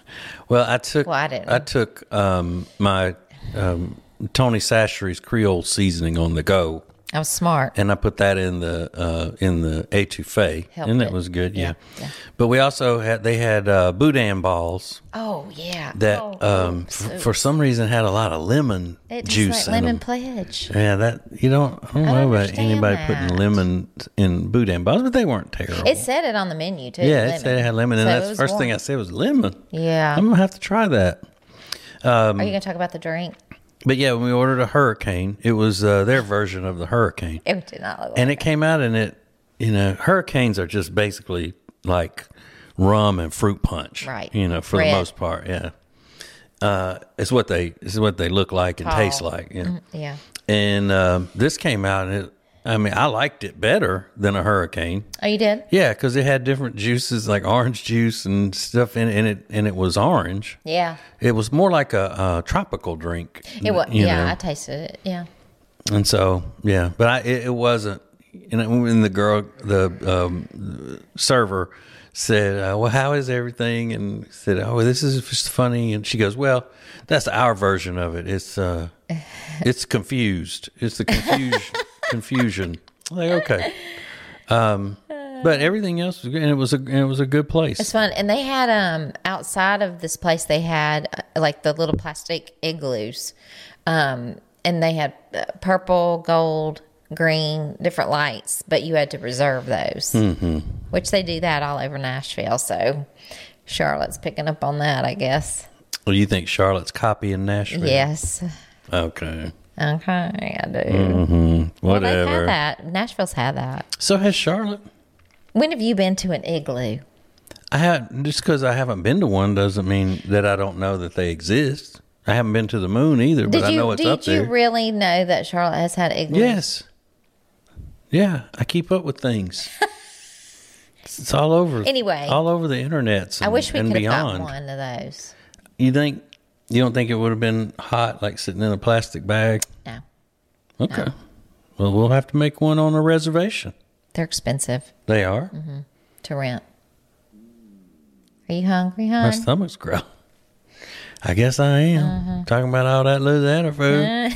Speaker 5: Well, I took
Speaker 6: Well, I didn't.
Speaker 5: took um, my um, Tony Sachery's Creole seasoning on the go,
Speaker 6: I was smart.
Speaker 5: and I put that in the uh, in the etouffee,
Speaker 6: Helped
Speaker 5: and that
Speaker 6: it.
Speaker 5: was good. Yeah.
Speaker 6: Yeah, yeah.
Speaker 5: But we also had they had uh, boudin balls
Speaker 6: Oh yeah.
Speaker 5: that
Speaker 6: Oh,
Speaker 5: um,
Speaker 6: so-
Speaker 5: f- for some reason had a lot of lemon
Speaker 6: it tastes
Speaker 5: juice
Speaker 6: like
Speaker 5: in them.
Speaker 6: lemon pledge.
Speaker 5: yeah, that you don't. I don't
Speaker 6: I
Speaker 5: know
Speaker 6: don't
Speaker 5: about anybody
Speaker 6: understand
Speaker 5: putting
Speaker 6: that.
Speaker 5: lemon in boudin balls, but they weren't terrible.
Speaker 6: It said it on the menu too.
Speaker 5: yeah, it said it had lemon, and
Speaker 6: So it
Speaker 5: that's the
Speaker 6: was
Speaker 5: first thing I
Speaker 6: warm.
Speaker 5: said was lemon.
Speaker 6: Yeah.
Speaker 5: I'm gonna have to try that.
Speaker 6: Are you gonna talk about the drink?
Speaker 5: But yeah, when we ordered a hurricane, it was uh, their version of the hurricane,
Speaker 6: It did not look.
Speaker 5: and it
Speaker 6: like
Speaker 5: came out and it, you know, hurricanes are just basically like rum and fruit punch,
Speaker 6: Right.
Speaker 5: You know, for
Speaker 6: Red.
Speaker 5: the most part, yeah. Uh, it's what they it's what they look like and taste like, yeah.
Speaker 6: Yeah.
Speaker 5: And um, this came out and it, I mean, I liked it better than a hurricane.
Speaker 6: Oh, you did?
Speaker 5: Yeah, because it had different juices like orange juice and stuff in it, and it and it was orange.
Speaker 6: Yeah.
Speaker 5: It was more like a, uh tropical drink.
Speaker 6: It was.
Speaker 5: you
Speaker 6: Yeah,
Speaker 5: know.
Speaker 6: I tasted it. Yeah.
Speaker 5: And so, yeah, but I, it, it wasn't. And when the girl, the um, server said, uh, Well, how is everything? And said, Oh, this is just funny. And she goes, Well, that's our version of it. It's uh, it's confused. It's the confusion. confusion. I'm Like, okay. Um, but everything else was good. And it was a, and it was a good
Speaker 6: It's
Speaker 5: place.
Speaker 6: fun. And they had um outside of this place they had uh, like the little plastic igloos. Um and they had uh, purple, gold, green, different lights, but you had to reserve those. Mm-hmm. Which they do that all over Nashville, so Charlotte's picking up on that, I guess.
Speaker 5: Well, you think Charlotte's copying Nashville?
Speaker 6: Yes.
Speaker 5: Okay.
Speaker 6: Okay, I do. Well, they've
Speaker 5: Mm-hmm. Whatever.
Speaker 6: had that. Nashville's had that.
Speaker 5: so has Charlotte.
Speaker 6: When have you been to an igloo?
Speaker 5: I had just because I haven't been to one doesn't mean that I don't know that they exist. I haven't been to the moon either, but
Speaker 6: Did
Speaker 5: I
Speaker 6: you
Speaker 5: know it's
Speaker 6: did
Speaker 5: up
Speaker 6: you
Speaker 5: there.
Speaker 6: really know that Charlotte has had igloos?
Speaker 5: yes, yeah, I keep up with things. it's it's all over.
Speaker 6: Anyway.
Speaker 5: all over the internet.
Speaker 6: I wish we
Speaker 5: and
Speaker 6: could have
Speaker 5: beyond.
Speaker 6: got one of those.
Speaker 5: You think you don't think it would have been hot like sitting in a plastic bag?
Speaker 6: No,
Speaker 5: Okay. Well, we'll have to make one on a reservation.
Speaker 6: they're expensive
Speaker 5: They are.
Speaker 6: Mm-hmm. to rent. Are you hungry,
Speaker 5: My
Speaker 6: hon?
Speaker 5: stomach's growling. I guess I am
Speaker 6: Uh-huh.
Speaker 5: talking about all that Louisiana food.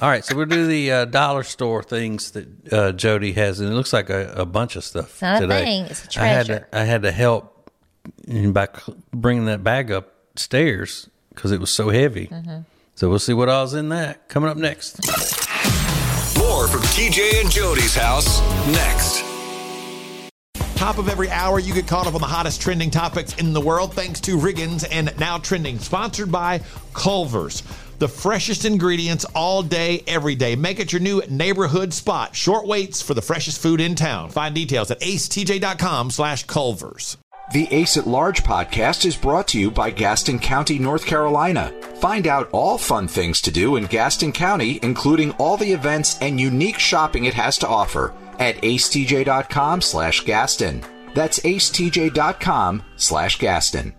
Speaker 5: all right, so we'll do the uh, dollar store things that uh, Jody has, and it looks like a, a bunch of stuff
Speaker 6: It's not a
Speaker 5: today.
Speaker 6: thing, it's a
Speaker 5: I had to,
Speaker 6: treasure.
Speaker 5: I had to help by cl- bringing that bag upstairs because it was so heavy.
Speaker 6: Uh-huh.
Speaker 5: So we'll see what all's in that coming up next.
Speaker 4: More from TJ and Jody's house next.
Speaker 2: Top of every hour, you get caught up on the hottest trending topics in the world thanks to Riggins and Now Trending, sponsored by Culver's. The freshest ingredients all day, every day. Make it your new neighborhood spot. Short waits for the freshest food in town. Find details at acetj.com slash culvers.
Speaker 3: The Ace at Large podcast is brought to you by Gaston County, North Carolina. Find out all fun things to do in Gaston County, including all the events and unique shopping it has to offer at acetj.com slash Gaston. That's acetj.com slash Gaston.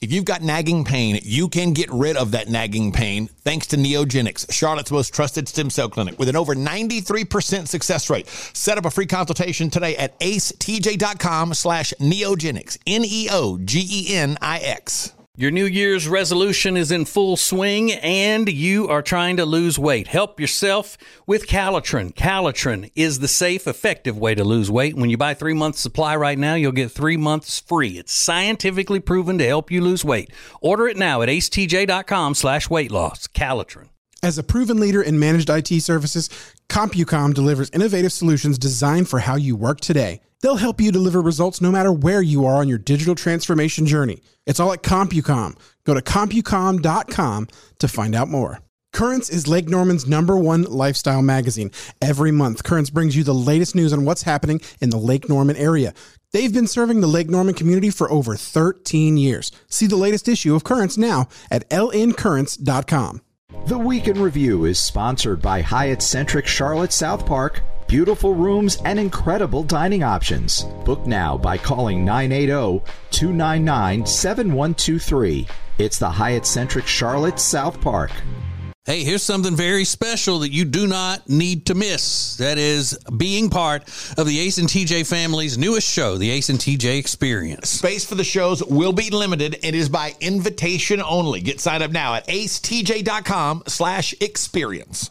Speaker 7: If you've got nagging pain, you can get rid of that nagging pain thanks to Neogenics, Charlotte's most trusted stem cell clinic with an over 93% success rate. Set up a free consultation today at acetj.com slash neogenics, E N-E-O-G-E-N-I-X.
Speaker 5: Your New Year's resolution is in full swing and you are trying to lose weight. Help yourself with Calitrin. Calitrin is the safe, effective way to lose weight. When you buy three months supply right now, you'll get three months free. It's scientifically proven to help you lose weight. Order it now at acetj.com slash weight loss. Calitrin.
Speaker 8: As a proven leader in managed IT services, CompuCom delivers innovative solutions designed for how you work today. They'll help you deliver results no matter where you are on your digital transformation journey. It's all at CompuCom. Go to CompuCom.com to find out more. Currents is Lake Norman's number one lifestyle magazine. Every month, Currents brings you the latest news on what's happening in the Lake Norman area. They've been serving the Lake Norman community for over 13 years. See the latest issue of Currents now at lncurrents.com.
Speaker 3: The Week in Review is sponsored by Hyatt Centric Charlotte South Park. Beautiful rooms and incredible dining options. Book now by calling oh, 980 299 7123. It's the Hyatt Centric Charlotte South Park.
Speaker 9: Hey, here's something very special that you do not need to miss. That is being part of the Ace and TJ family's newest show, the Ace and TJ Experience.
Speaker 2: Space for the shows will be limited and is by invitation only. Get signed up now at acetj.com slash experience.